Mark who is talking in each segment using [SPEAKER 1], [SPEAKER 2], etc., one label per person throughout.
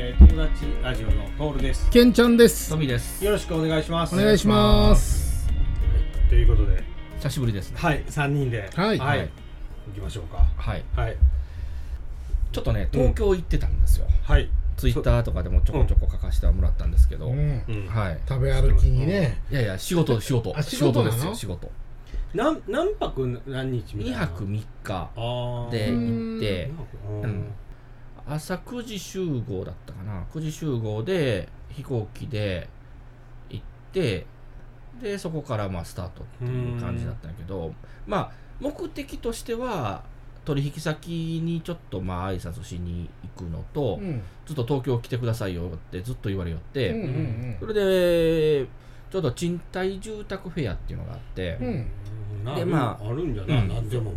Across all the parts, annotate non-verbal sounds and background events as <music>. [SPEAKER 1] チラジオのトールです
[SPEAKER 2] けんちゃんです
[SPEAKER 3] ト。ミーです。
[SPEAKER 1] よろしくお願いします
[SPEAKER 2] お願いします。
[SPEAKER 1] ということで
[SPEAKER 3] 久しぶりですね。
[SPEAKER 1] はい3人では
[SPEAKER 2] はい
[SPEAKER 1] はい、行きましょうか
[SPEAKER 3] はい。
[SPEAKER 1] はい
[SPEAKER 3] ちょっとね、東京行ってたんですよ。
[SPEAKER 1] はい
[SPEAKER 3] ツイッターとかでもちょこちょこ書かせてはもらったんですけど。
[SPEAKER 2] うん
[SPEAKER 1] うん
[SPEAKER 3] はい。
[SPEAKER 2] 食べ歩きにね。
[SPEAKER 3] いやいや、仕事、仕事
[SPEAKER 2] あ。仕事なの
[SPEAKER 3] ですよ、仕事。
[SPEAKER 1] なん何泊何日みたいな
[SPEAKER 3] 2泊3日
[SPEAKER 1] あー
[SPEAKER 3] で行っ
[SPEAKER 1] う
[SPEAKER 3] て、
[SPEAKER 1] ん
[SPEAKER 3] うん朝9時集合だったかな。9時集合で、飛行機で行って、で、そこからまあスタートっていう感じだったんやけど、まあ、目的としては、取引先にちょっとまあ挨拶しに行くのと、
[SPEAKER 2] うん
[SPEAKER 3] ずっと東京来てくださいよってずっと言われよっ
[SPEAKER 2] う
[SPEAKER 3] て、
[SPEAKER 2] んうん
[SPEAKER 3] それでちょうど賃貸住宅フェアっていうのがあって、
[SPEAKER 2] うんうん
[SPEAKER 1] な
[SPEAKER 3] でま
[SPEAKER 1] あるんじゃない、
[SPEAKER 3] うん
[SPEAKER 1] なんでももう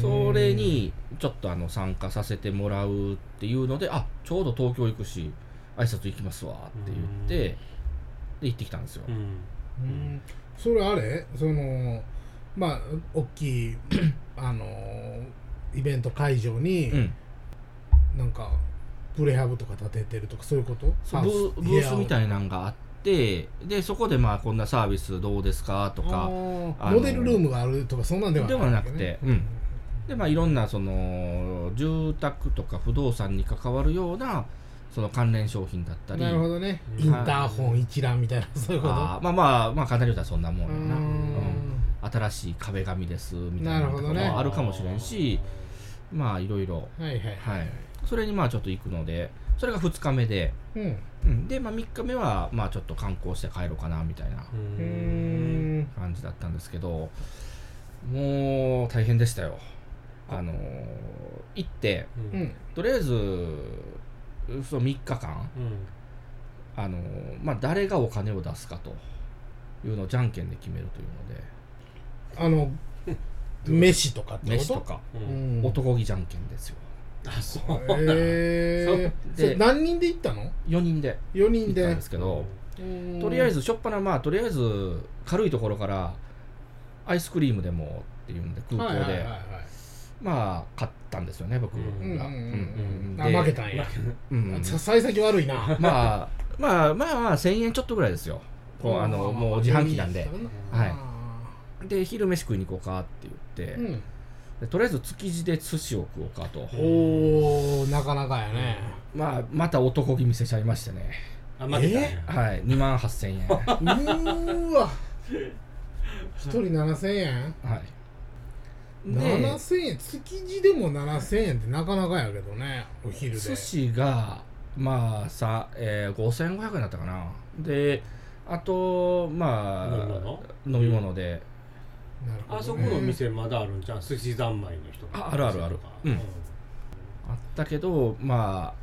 [SPEAKER 3] それにちょっとあの参加させてもらうっていうのであちょうど東京行くし挨拶行きますわって言って、で行ってきたんですよ、
[SPEAKER 1] うん
[SPEAKER 2] うんそれあれそのまあ大きい <clears throat> あのイベント会場に、
[SPEAKER 3] うん
[SPEAKER 2] なんかプレハブとか建ててるとかそういうこと？
[SPEAKER 3] そうブーブースみたいなのがあってでそこでまあこんなサービスどうですかと
[SPEAKER 2] と
[SPEAKER 3] かあの
[SPEAKER 2] モデルルームがあるとかそんなんでは
[SPEAKER 3] ではなく
[SPEAKER 2] わけね
[SPEAKER 3] て、うん、でまあいろんなその住宅とか不動産に関わるようなその関連商品だったり
[SPEAKER 2] なるほどね。
[SPEAKER 1] はい
[SPEAKER 2] インターホン一覧みたいなそういうこと。
[SPEAKER 3] あーまあまあまあ簡単に言うたらそんなも
[SPEAKER 2] うん
[SPEAKER 3] やな、うん新しい壁紙ですみた
[SPEAKER 2] な
[SPEAKER 3] いな
[SPEAKER 2] る
[SPEAKER 3] の
[SPEAKER 2] ほ
[SPEAKER 3] と
[SPEAKER 2] ど
[SPEAKER 3] か
[SPEAKER 2] ね
[SPEAKER 3] もあるかもしれんし、まあいろいろ
[SPEAKER 2] はいはい
[SPEAKER 3] はいそれにまあちょっと行くのでそれが2日目で、
[SPEAKER 2] うん
[SPEAKER 3] うん、で、まあ、3日目はまあちょっと観光して帰ろうかなみたいな
[SPEAKER 1] うん
[SPEAKER 2] うーん
[SPEAKER 3] 感じだったんですけどもう大変でしたよあのー行って
[SPEAKER 1] うん
[SPEAKER 2] うん
[SPEAKER 3] とりあえずその3日間
[SPEAKER 1] うん
[SPEAKER 3] あの、まあ、誰がお金を出すかというのをじゃんけんで決めるというので
[SPEAKER 2] あ <laughs> の飯とかってこと？
[SPEAKER 3] 飯とか
[SPEAKER 1] う
[SPEAKER 2] うんん。
[SPEAKER 3] 男気じゃんけんですよ
[SPEAKER 1] あそう
[SPEAKER 2] えー、
[SPEAKER 3] そう
[SPEAKER 2] <laughs> それ何人で行ったの
[SPEAKER 3] 4人で
[SPEAKER 2] ?4
[SPEAKER 3] 行
[SPEAKER 2] 人
[SPEAKER 3] ったん
[SPEAKER 2] で
[SPEAKER 3] ですけど、
[SPEAKER 2] うん
[SPEAKER 3] とりあえずしょっぱなまあとりあえず軽いところからアイスクリームでもっていうんで空港で、
[SPEAKER 2] はいはいはいはい
[SPEAKER 3] まあ買ったんですよね僕が、
[SPEAKER 1] うん
[SPEAKER 2] うんうんうん
[SPEAKER 3] で
[SPEAKER 2] あ負けたんや
[SPEAKER 3] うん
[SPEAKER 2] さ幸先悪いな
[SPEAKER 3] まあまあまあまあ1000円ちょっとぐらいですよこうあのもう自販機なんではいで昼飯食いに行こうかって言って、
[SPEAKER 2] うん
[SPEAKER 3] でとりあえず築地で寿司を食おうかと、
[SPEAKER 2] おーなかなかやね
[SPEAKER 3] まあ、また男気見せちゃいましてね
[SPEAKER 1] あ負けたんや
[SPEAKER 2] え
[SPEAKER 3] はい2万8000円
[SPEAKER 1] <laughs>
[SPEAKER 3] は
[SPEAKER 2] うーわ1人7000円
[SPEAKER 3] いで
[SPEAKER 2] 7000円築地でも7000円ってなかなかやけどねお昼で
[SPEAKER 3] 寿司がまあさ、えー、5500円だったかなであとまあ
[SPEAKER 1] 飲み物
[SPEAKER 3] 飲み物で
[SPEAKER 2] なるほどね
[SPEAKER 1] あそこの店まだあるんじゃん寿司三昧の人
[SPEAKER 3] ああるあるある
[SPEAKER 1] う
[SPEAKER 3] うんんあったけどま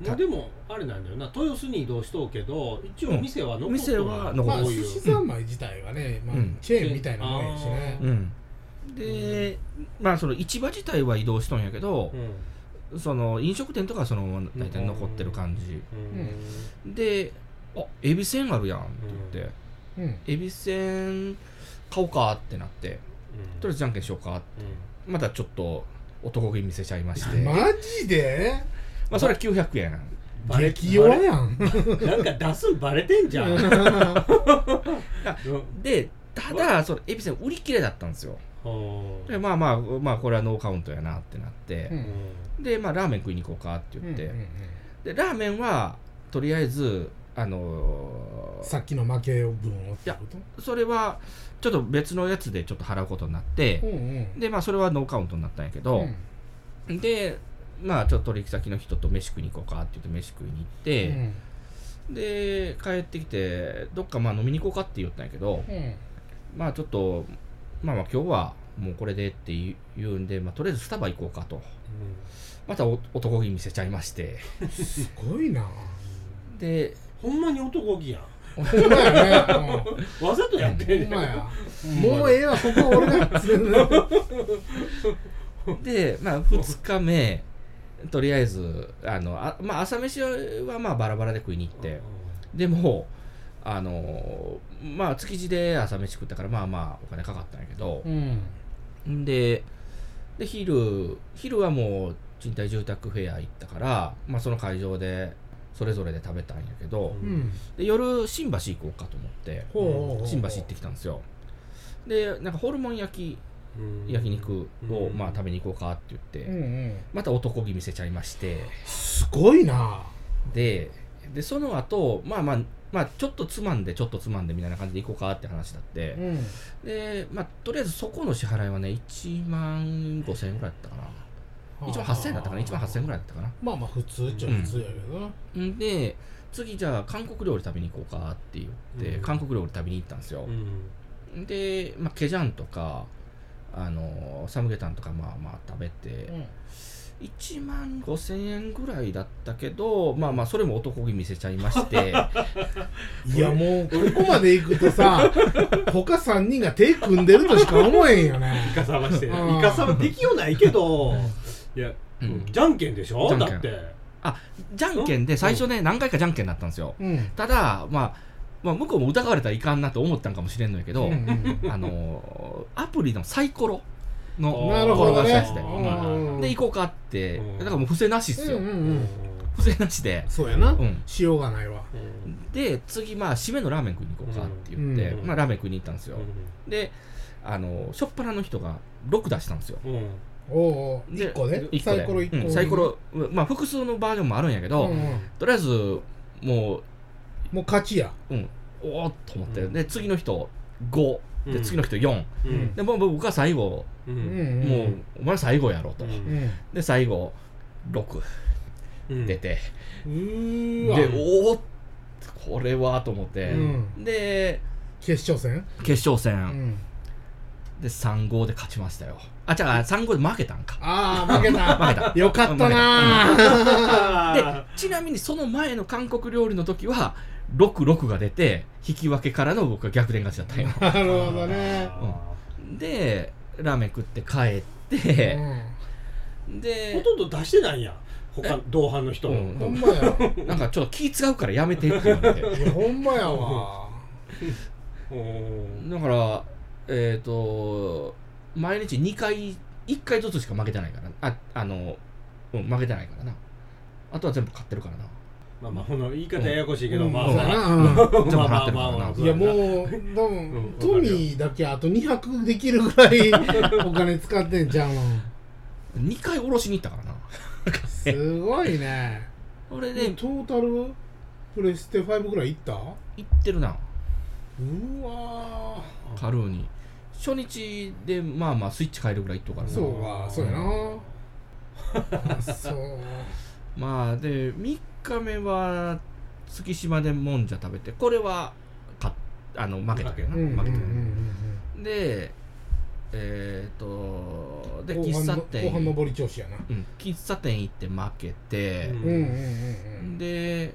[SPEAKER 1] まあでもあれなんだよな豊洲に移動しとうけど一応店は残っと
[SPEAKER 3] あ
[SPEAKER 1] る
[SPEAKER 3] 店は残
[SPEAKER 2] まあ
[SPEAKER 3] っ
[SPEAKER 1] こう
[SPEAKER 2] 寿
[SPEAKER 1] いう
[SPEAKER 2] 司三昧自体はねまあ
[SPEAKER 3] うん
[SPEAKER 2] チェーンみたいなもんやしね
[SPEAKER 3] うんでまあその市場自体は移動しとんやけど
[SPEAKER 1] う、ん
[SPEAKER 3] その飲食店とかはその大体残ってる感じ、
[SPEAKER 1] うん
[SPEAKER 3] で「あエビせんあるやん」って言って
[SPEAKER 2] うん
[SPEAKER 3] 「エビせん買おうか」ってなって「とりあえずじゃんけんしようか」またちょっと男気見せちゃいまして、ま
[SPEAKER 2] マジで
[SPEAKER 3] あ、それは900円
[SPEAKER 1] バレ
[SPEAKER 2] 激弱やん
[SPEAKER 1] うんなんか出すんバレてんじゃんうん
[SPEAKER 3] でただそのエビせん売り切れだったんですよでまあまあまあこれはノーカウントやなってなって、
[SPEAKER 2] うん
[SPEAKER 3] でまあラーメン食いに行こうかって言って、でラーメンはとりあえずあのー
[SPEAKER 2] さっきの負け分をってこと
[SPEAKER 3] それはちょっと別のやつでちょっと払うことになって
[SPEAKER 2] う、んうん
[SPEAKER 3] でまあそれはノーカウントになったんやけ
[SPEAKER 2] う
[SPEAKER 3] ど、
[SPEAKER 2] ん
[SPEAKER 3] でまあちょっと取引先の人と飯食いに行こうかって言って飯食いに行って、で帰ってきてどっかまあ飲みに行こうかって言ったんやけど、
[SPEAKER 2] うん
[SPEAKER 3] まあちょっとまあまあ今日はもうこれでってい言うんで、まあ、とりあえずスタバ行こうかとまたお男気見せちゃいまして
[SPEAKER 2] すごいな
[SPEAKER 3] で
[SPEAKER 1] ほんまに男気やん
[SPEAKER 2] ほんまやね
[SPEAKER 1] わざとやって
[SPEAKER 2] うん
[SPEAKER 1] ん
[SPEAKER 2] ほんまや
[SPEAKER 3] まや
[SPEAKER 2] もうええわここは俺が連れてる
[SPEAKER 3] でまあ2日目とりあえずあのあ、まあ、朝飯はまあバラバラで食いに行ってでもあのまあ築地で朝飯食ったからまあまあお金かかったんやけど、
[SPEAKER 2] うん
[SPEAKER 3] でで昼昼はもう賃貸住宅フェア行ったから、まあ、その会場でそれぞれで食べたんやけど、
[SPEAKER 1] うん
[SPEAKER 2] うん
[SPEAKER 3] で夜新橋行こうかと思って
[SPEAKER 2] ほうほうほう
[SPEAKER 3] 新橋行ってきたんですよでなんかホルモン焼
[SPEAKER 1] うん
[SPEAKER 3] き焼肉を、
[SPEAKER 1] うん
[SPEAKER 3] まあ、食べに行こうかって言って、
[SPEAKER 2] うんうん
[SPEAKER 3] また男気見せちゃいまして
[SPEAKER 2] すごいな
[SPEAKER 3] ででその後まあまあまあちょっとつまんでちょっとつまんでみたいな感じで行こうかって話だって、
[SPEAKER 2] うん
[SPEAKER 3] でまあとりあえずそこの支払いはね1万5000円ぐらいだったかな1万8000円だったかな1万8000円ぐらいだったかな
[SPEAKER 2] まあまあ普通っちゃ普通やけどな、
[SPEAKER 3] んで次じゃあ韓国料理食べに行こうかって言って、
[SPEAKER 1] うん
[SPEAKER 3] 韓国料理食べに行ったんですよ
[SPEAKER 1] う、ん
[SPEAKER 3] で、まあ、ケジャンとかあのサムゲタンとかまあまあ食べて
[SPEAKER 2] うん
[SPEAKER 3] 1万5000円ぐらいだったけどまあまあそれも男気見せちゃいまして
[SPEAKER 2] <laughs> いやもうここまで行くと <laughs> さ他3人が手組んでるとしか思えんよね
[SPEAKER 1] イカサバしてイ
[SPEAKER 2] うん
[SPEAKER 1] カサバできようないけどいや、
[SPEAKER 3] うん
[SPEAKER 1] じゃんけんでしょ
[SPEAKER 3] じゃんけん
[SPEAKER 1] だって
[SPEAKER 3] じゃんけんで最初ね何回かじゃんけんだったんですよ
[SPEAKER 2] うん
[SPEAKER 3] ただ、まあ、まあ向こうも疑われたらいかんなと思ったんかもしれんのやけど、
[SPEAKER 2] うんうん
[SPEAKER 3] あのーアプリのサイコロの
[SPEAKER 2] なるほど
[SPEAKER 3] 転が
[SPEAKER 2] ね
[SPEAKER 3] したやつで
[SPEAKER 2] うん
[SPEAKER 3] で行こうかって、
[SPEAKER 1] うん
[SPEAKER 3] だからもう不正なしっすよ、
[SPEAKER 2] うんうんう
[SPEAKER 1] うん
[SPEAKER 3] 不正なしで、
[SPEAKER 2] そうやな、
[SPEAKER 3] うん、
[SPEAKER 2] しようがないわ
[SPEAKER 1] うん
[SPEAKER 3] で次まあ締めのラーメン食いに行こうかって言って、
[SPEAKER 1] うん
[SPEAKER 3] まあ、ラーメン食いに行ったんですよ、
[SPEAKER 1] う
[SPEAKER 3] であのーしょっぱなの人が6出したんですよ
[SPEAKER 1] んうん
[SPEAKER 2] おうおう
[SPEAKER 3] で
[SPEAKER 2] 1個で
[SPEAKER 3] 一
[SPEAKER 2] サイコロ1個、
[SPEAKER 3] うんサイコロ、まあ、複数のバージョンもあるんやけ
[SPEAKER 2] う
[SPEAKER 3] ど、
[SPEAKER 2] んうん
[SPEAKER 3] とりあえずも
[SPEAKER 2] もう勝ちや
[SPEAKER 3] う、うん、おおっと思って、
[SPEAKER 1] うん
[SPEAKER 3] で次の人5で次の人4、
[SPEAKER 1] う
[SPEAKER 2] うん
[SPEAKER 1] ん
[SPEAKER 3] でもう僕は最後、
[SPEAKER 1] う
[SPEAKER 2] うんん
[SPEAKER 3] もうお前ら最後やろと、
[SPEAKER 1] う
[SPEAKER 2] うんん
[SPEAKER 3] で最後6
[SPEAKER 1] うん
[SPEAKER 2] <laughs>
[SPEAKER 3] 出て、
[SPEAKER 2] うーわ
[SPEAKER 3] でおおこれはと思って、
[SPEAKER 2] うん
[SPEAKER 3] で
[SPEAKER 2] 決勝戦
[SPEAKER 3] 決勝
[SPEAKER 2] う
[SPEAKER 3] 戦、
[SPEAKER 2] ん
[SPEAKER 3] で3 5で勝ちましたよあじゃあ3 5で負けたんか
[SPEAKER 2] ああ負けた
[SPEAKER 3] <laughs> 負けた
[SPEAKER 2] よかったな
[SPEAKER 3] で
[SPEAKER 1] あ
[SPEAKER 3] ちなみにその前の韓国料理の時は66が出て引き分けからの僕は逆転勝ちだったんよ
[SPEAKER 2] なる
[SPEAKER 1] ー
[SPEAKER 2] ほどね
[SPEAKER 3] でラーメン食って帰って、
[SPEAKER 1] ほ
[SPEAKER 3] で
[SPEAKER 1] とんど出してないやん他同伴の人
[SPEAKER 3] うん
[SPEAKER 2] うんほんまや
[SPEAKER 3] なんかちょっと気使うからやめてって言われて
[SPEAKER 2] いやほんまや
[SPEAKER 3] <laughs>
[SPEAKER 2] わ
[SPEAKER 1] うん
[SPEAKER 3] だから、えっ、と、毎日2回、1回ずつしか負けてないから、あ、あの、うん、負けてないからな。あとは全部買ってるからな。
[SPEAKER 1] まあまあこの言い方ややこしいけど
[SPEAKER 2] うん
[SPEAKER 1] まあ
[SPEAKER 2] そう
[SPEAKER 1] ま
[SPEAKER 2] や
[SPEAKER 1] あ
[SPEAKER 2] なうん
[SPEAKER 1] まあ
[SPEAKER 3] 全部
[SPEAKER 1] ま
[SPEAKER 3] 払
[SPEAKER 1] あ
[SPEAKER 3] ってるからな <laughs>
[SPEAKER 1] まあ
[SPEAKER 2] いや
[SPEAKER 1] う
[SPEAKER 2] もう、多分
[SPEAKER 1] うん
[SPEAKER 2] トミーだけあと200できるぐら
[SPEAKER 3] <laughs>
[SPEAKER 2] いお金使ってんじゃん。
[SPEAKER 3] 2回おろしに行ったからな。
[SPEAKER 2] すごいね。
[SPEAKER 3] それで
[SPEAKER 2] で、、トータルプレステ5ぐらいいったう
[SPEAKER 3] 行ってるな、
[SPEAKER 2] わ
[SPEAKER 3] カルーに。初日で、まあまあ、スイッチ変えるぐらい行っとくから
[SPEAKER 2] ー。
[SPEAKER 3] な。
[SPEAKER 2] そうか、そうや
[SPEAKER 3] <laughs>
[SPEAKER 2] な。そう。
[SPEAKER 3] まあ、で、3日目は、月島でもんじゃ食べて、これは、かあの、負けたけどな。
[SPEAKER 2] うんうんうん
[SPEAKER 3] 負けたけ
[SPEAKER 2] う
[SPEAKER 3] ど
[SPEAKER 2] ん
[SPEAKER 3] で、えっ、と、で、
[SPEAKER 2] 後
[SPEAKER 3] 喫
[SPEAKER 2] 半の
[SPEAKER 3] 茶
[SPEAKER 2] 後半
[SPEAKER 3] 店。
[SPEAKER 2] 上り調子やな。
[SPEAKER 3] うん、喫茶店行って負けて、
[SPEAKER 2] うんうんうん
[SPEAKER 3] で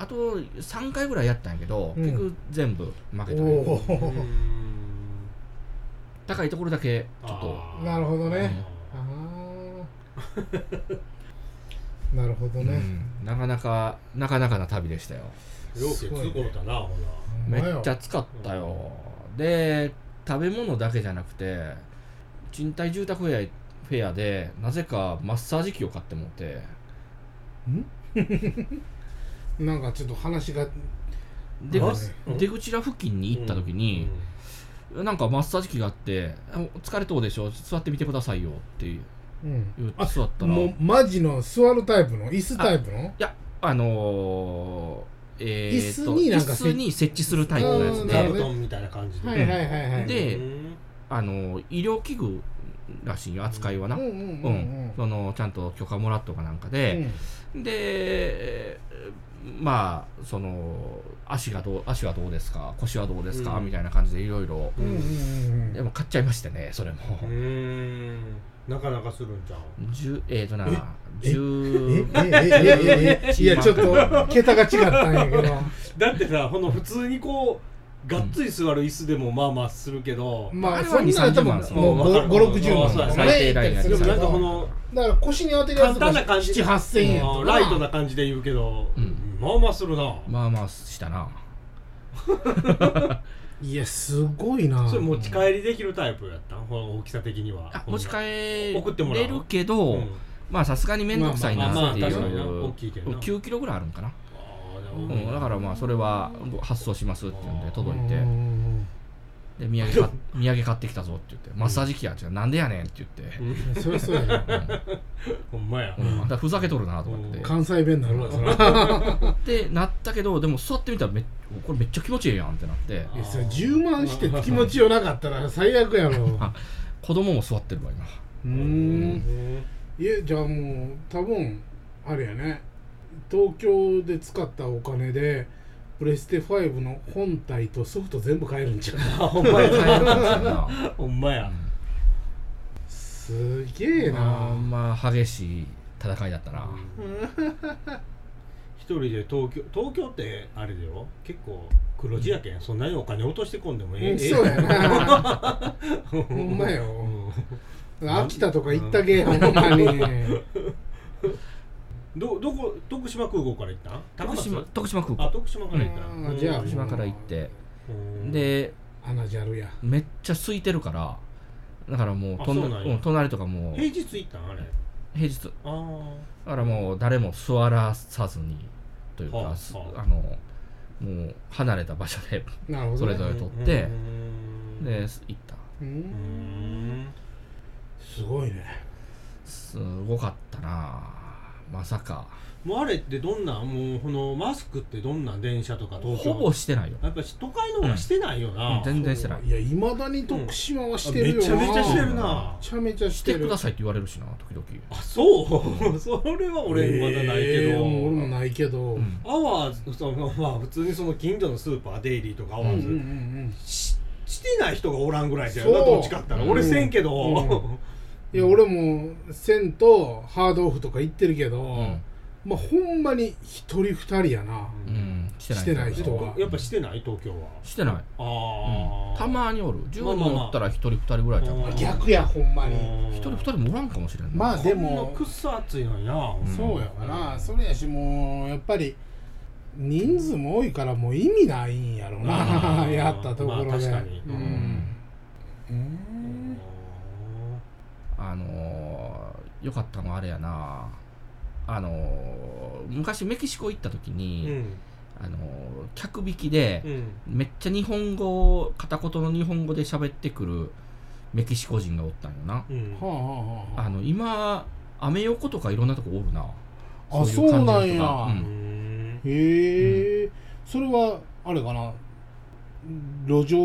[SPEAKER 3] あと3回ぐらいやったんやけど、
[SPEAKER 2] うん
[SPEAKER 3] 結局全部負け
[SPEAKER 2] う
[SPEAKER 3] た、
[SPEAKER 2] ん。
[SPEAKER 3] ね、
[SPEAKER 2] おお。
[SPEAKER 1] ん
[SPEAKER 3] 高いところだけちょっと
[SPEAKER 1] あー
[SPEAKER 2] なるほどね。あ
[SPEAKER 1] あ
[SPEAKER 3] <laughs>
[SPEAKER 2] あ。なるほど
[SPEAKER 3] う
[SPEAKER 2] ね。
[SPEAKER 3] ん、なかなかなかなかな旅でしたよ
[SPEAKER 1] ーようけつこうたなほ
[SPEAKER 2] ほん
[SPEAKER 3] め
[SPEAKER 2] ま
[SPEAKER 3] っ
[SPEAKER 2] や
[SPEAKER 3] ちゃ暑かったよ、で食べ物だけじゃなくて賃貸住宅フェアフェアでなぜかマッサージ機を買ってもって
[SPEAKER 2] なんかちょっと話が。
[SPEAKER 3] 出
[SPEAKER 2] マ
[SPEAKER 3] 口
[SPEAKER 2] ジ
[SPEAKER 3] 出口ら付近に
[SPEAKER 1] ら
[SPEAKER 3] 行った時に、なんかマッサージ機があって「あ疲れとうでしょ座ってみてくださいよ」っていう
[SPEAKER 2] うん。
[SPEAKER 3] 言って
[SPEAKER 2] あ
[SPEAKER 3] 座ったら
[SPEAKER 2] もうマジの座るタイプの椅子タイプの
[SPEAKER 3] あのー、えー、
[SPEAKER 2] 椅
[SPEAKER 3] と
[SPEAKER 2] 子になんか
[SPEAKER 3] 椅子に設置するタイプのやつ
[SPEAKER 2] あ
[SPEAKER 1] 座
[SPEAKER 2] ーな
[SPEAKER 3] で
[SPEAKER 2] る
[SPEAKER 1] 布団みたいな感じで
[SPEAKER 2] はいはいはいはい
[SPEAKER 3] で
[SPEAKER 1] うん
[SPEAKER 3] あのー医療器具らしいよ扱いはな、
[SPEAKER 2] うん
[SPEAKER 3] う
[SPEAKER 2] うんんうんうん
[SPEAKER 3] そのちゃんと許可もらっとかなんか
[SPEAKER 2] う
[SPEAKER 3] で、
[SPEAKER 2] ん
[SPEAKER 3] で、えーまあその足がどう足はどうですか腰はどうですか、
[SPEAKER 1] うん
[SPEAKER 3] みたいな感じでいろいろ
[SPEAKER 2] うんうん
[SPEAKER 3] でも買っちゃいましてねそれも、
[SPEAKER 1] うーんなかなかするんじゃん
[SPEAKER 3] 十えー、とな
[SPEAKER 2] え
[SPEAKER 3] 十
[SPEAKER 2] うんええええええいやちょっと桁が違ったんやけど
[SPEAKER 1] だってさこの普通にこうがっつり座る椅子でもまあまあするけど、
[SPEAKER 2] ま
[SPEAKER 3] あ
[SPEAKER 2] あ
[SPEAKER 3] れは
[SPEAKER 2] そんな多
[SPEAKER 3] 20万です
[SPEAKER 2] 分
[SPEAKER 1] よ
[SPEAKER 2] もう
[SPEAKER 1] わかる
[SPEAKER 2] 560
[SPEAKER 1] わ
[SPEAKER 2] 万
[SPEAKER 1] かる
[SPEAKER 2] だ
[SPEAKER 3] 最低ラインや
[SPEAKER 2] ね
[SPEAKER 3] つ
[SPEAKER 1] でも
[SPEAKER 2] だ
[SPEAKER 1] なんかこ
[SPEAKER 2] か
[SPEAKER 1] の
[SPEAKER 2] ら腰に当てるや
[SPEAKER 1] 簡
[SPEAKER 2] つ
[SPEAKER 1] 単な
[SPEAKER 2] が
[SPEAKER 1] 感じ
[SPEAKER 2] 7 8000円や
[SPEAKER 1] うん
[SPEAKER 2] と
[SPEAKER 1] ライトな感じで言うけど、
[SPEAKER 3] うん
[SPEAKER 1] まあまあするな、
[SPEAKER 3] まあまあしたない
[SPEAKER 2] やすごいな
[SPEAKER 1] それ持ち帰りできるタイプやったんこの大きさ的には
[SPEAKER 3] あ持ち帰
[SPEAKER 1] 送ってもらう
[SPEAKER 3] れるけど、
[SPEAKER 1] うん
[SPEAKER 3] まあさすがに面倒くさいな
[SPEAKER 1] まあまあ
[SPEAKER 3] ってい
[SPEAKER 1] まあ確かにな
[SPEAKER 3] う
[SPEAKER 1] 大きいけどな
[SPEAKER 3] 9キロぐらいあるんかな
[SPEAKER 1] あ
[SPEAKER 3] う
[SPEAKER 1] うん
[SPEAKER 3] ん、だからまあそれは発送しますって言うんで届いて
[SPEAKER 2] うん
[SPEAKER 3] で土産か土産買ってきたぞって言ってマッサージ機やってなんでやねんって言って、
[SPEAKER 2] そりゃそうやな
[SPEAKER 1] ほんまや
[SPEAKER 3] うんだからふざけとるなと思って、
[SPEAKER 2] 関西弁になるわそれは
[SPEAKER 3] ってなったけどでも座ってみたらめっこれめっちゃ気持ちいいやんってなって
[SPEAKER 2] いやそれ10万して気持ちよなかったら最悪やろ
[SPEAKER 3] あ子供も座ってるわ今
[SPEAKER 2] うー
[SPEAKER 1] うんん
[SPEAKER 2] いやじゃあもう多分あれやね東京で使ったお金でプレステ5の本体とソフト全部買えるんちゃう
[SPEAKER 1] あ <laughs> <laughs> ほんまや
[SPEAKER 3] 帰るんですよな
[SPEAKER 1] ほんまや
[SPEAKER 2] すげえ
[SPEAKER 3] まあ
[SPEAKER 2] な
[SPEAKER 3] まあ激しい戦いだったな、
[SPEAKER 1] 一人で東京東京ってあれだよ結構黒字やけんそんなにお金落としてこんでもえ
[SPEAKER 2] う
[SPEAKER 1] え
[SPEAKER 2] んそうやな
[SPEAKER 1] <laughs> ほ
[SPEAKER 2] ほんまよ
[SPEAKER 1] うん
[SPEAKER 2] 秋田とか行ったけほんま
[SPEAKER 1] <laughs>
[SPEAKER 2] に
[SPEAKER 1] どどこ徳島空港から行ったん高
[SPEAKER 3] 徳
[SPEAKER 1] 松
[SPEAKER 3] 島徳島空
[SPEAKER 1] あ
[SPEAKER 3] 港
[SPEAKER 1] 徳島から行った
[SPEAKER 2] うんんじゃあ
[SPEAKER 1] うん
[SPEAKER 3] 徳島から行って
[SPEAKER 1] うん
[SPEAKER 3] で
[SPEAKER 2] アナジャルや
[SPEAKER 3] めっちゃ空いてるからだからもう
[SPEAKER 1] あ
[SPEAKER 3] とん
[SPEAKER 1] そうなんや
[SPEAKER 3] うん隣とかもう
[SPEAKER 1] 平日行ったんあれ
[SPEAKER 3] 平日だ
[SPEAKER 1] あー
[SPEAKER 3] からもう誰も座らさずにという
[SPEAKER 1] は
[SPEAKER 3] か
[SPEAKER 1] あ
[SPEAKER 3] す
[SPEAKER 1] はあ
[SPEAKER 3] あのもう離れた場所で
[SPEAKER 2] なるほ
[SPEAKER 3] そ
[SPEAKER 2] ど
[SPEAKER 3] れ
[SPEAKER 2] ね
[SPEAKER 3] ぞれ取って
[SPEAKER 1] うん
[SPEAKER 3] です行った
[SPEAKER 2] う
[SPEAKER 1] うんん
[SPEAKER 2] すごいね
[SPEAKER 3] すごかったなまさか
[SPEAKER 1] もうあれってどんなもうこのマスクってどんな電車とか東京
[SPEAKER 3] ほぼしてないよ
[SPEAKER 1] やっぱし都会の方がしてないよな、
[SPEAKER 3] うん全然してない
[SPEAKER 2] いやいまだに徳島はしてるよ
[SPEAKER 1] め
[SPEAKER 2] な
[SPEAKER 1] ちゃめちゃしてる
[SPEAKER 2] め
[SPEAKER 1] な
[SPEAKER 2] ちゃめちゃ
[SPEAKER 3] し
[SPEAKER 2] して
[SPEAKER 3] て
[SPEAKER 2] る
[SPEAKER 3] くださいって言われるしな時々
[SPEAKER 1] あそう <laughs> それは俺まだないけ
[SPEAKER 2] えー
[SPEAKER 1] ど、
[SPEAKER 2] もう俺もないけど、
[SPEAKER 3] う
[SPEAKER 2] うん
[SPEAKER 3] ん
[SPEAKER 1] アワーズそのまあ普通にその近所のスーパーデイリーとかアワ
[SPEAKER 2] うんうん
[SPEAKER 1] ー
[SPEAKER 2] う
[SPEAKER 1] ズ、
[SPEAKER 2] ん、
[SPEAKER 1] ししてない人がおらんぐらいだよな
[SPEAKER 2] そう
[SPEAKER 1] どっちかったら、俺せんけど、
[SPEAKER 2] いや俺も銭とハードオフとか行ってるけど、
[SPEAKER 3] うん
[SPEAKER 2] まあほんまに一人二人やな、
[SPEAKER 3] うんしてない
[SPEAKER 2] してない人は
[SPEAKER 1] やっぱしてない東京は
[SPEAKER 3] してない
[SPEAKER 1] ああ、
[SPEAKER 3] たまにおる10
[SPEAKER 1] まあ
[SPEAKER 3] 人
[SPEAKER 1] まあまあ
[SPEAKER 3] おったら1人2人ぐらいじゃん
[SPEAKER 1] うん
[SPEAKER 2] 逆やほんまに、
[SPEAKER 1] うん
[SPEAKER 3] 1人2人もおらんかもしれんない
[SPEAKER 2] まあ
[SPEAKER 1] で
[SPEAKER 2] で
[SPEAKER 1] も
[SPEAKER 2] も
[SPEAKER 1] くっそ暑いのにな、
[SPEAKER 3] ん
[SPEAKER 2] そうやわな、それやしもうやっぱり人数も多いからもう意味ないんやろな、
[SPEAKER 1] あー
[SPEAKER 2] やったところで、
[SPEAKER 1] まあ確かに
[SPEAKER 2] う
[SPEAKER 1] うんん
[SPEAKER 2] うん
[SPEAKER 3] あのー、よかったのはあれやなあのー、昔メキシコ行った時
[SPEAKER 1] うんう
[SPEAKER 3] に、
[SPEAKER 1] ん
[SPEAKER 3] あのー、客引きで
[SPEAKER 1] う、ん
[SPEAKER 3] めっちゃ日本語を片言の日本語で喋ってくるメキシコ人がおったんよな、
[SPEAKER 1] うん
[SPEAKER 2] はあはあ
[SPEAKER 3] あ
[SPEAKER 2] は
[SPEAKER 3] の今アメ横とかいろんなとこおるな
[SPEAKER 2] ああ
[SPEAKER 3] い
[SPEAKER 2] そうなん
[SPEAKER 3] 感じの人が
[SPEAKER 2] や、
[SPEAKER 3] うん
[SPEAKER 1] うん
[SPEAKER 2] へえ、それはあれかな路上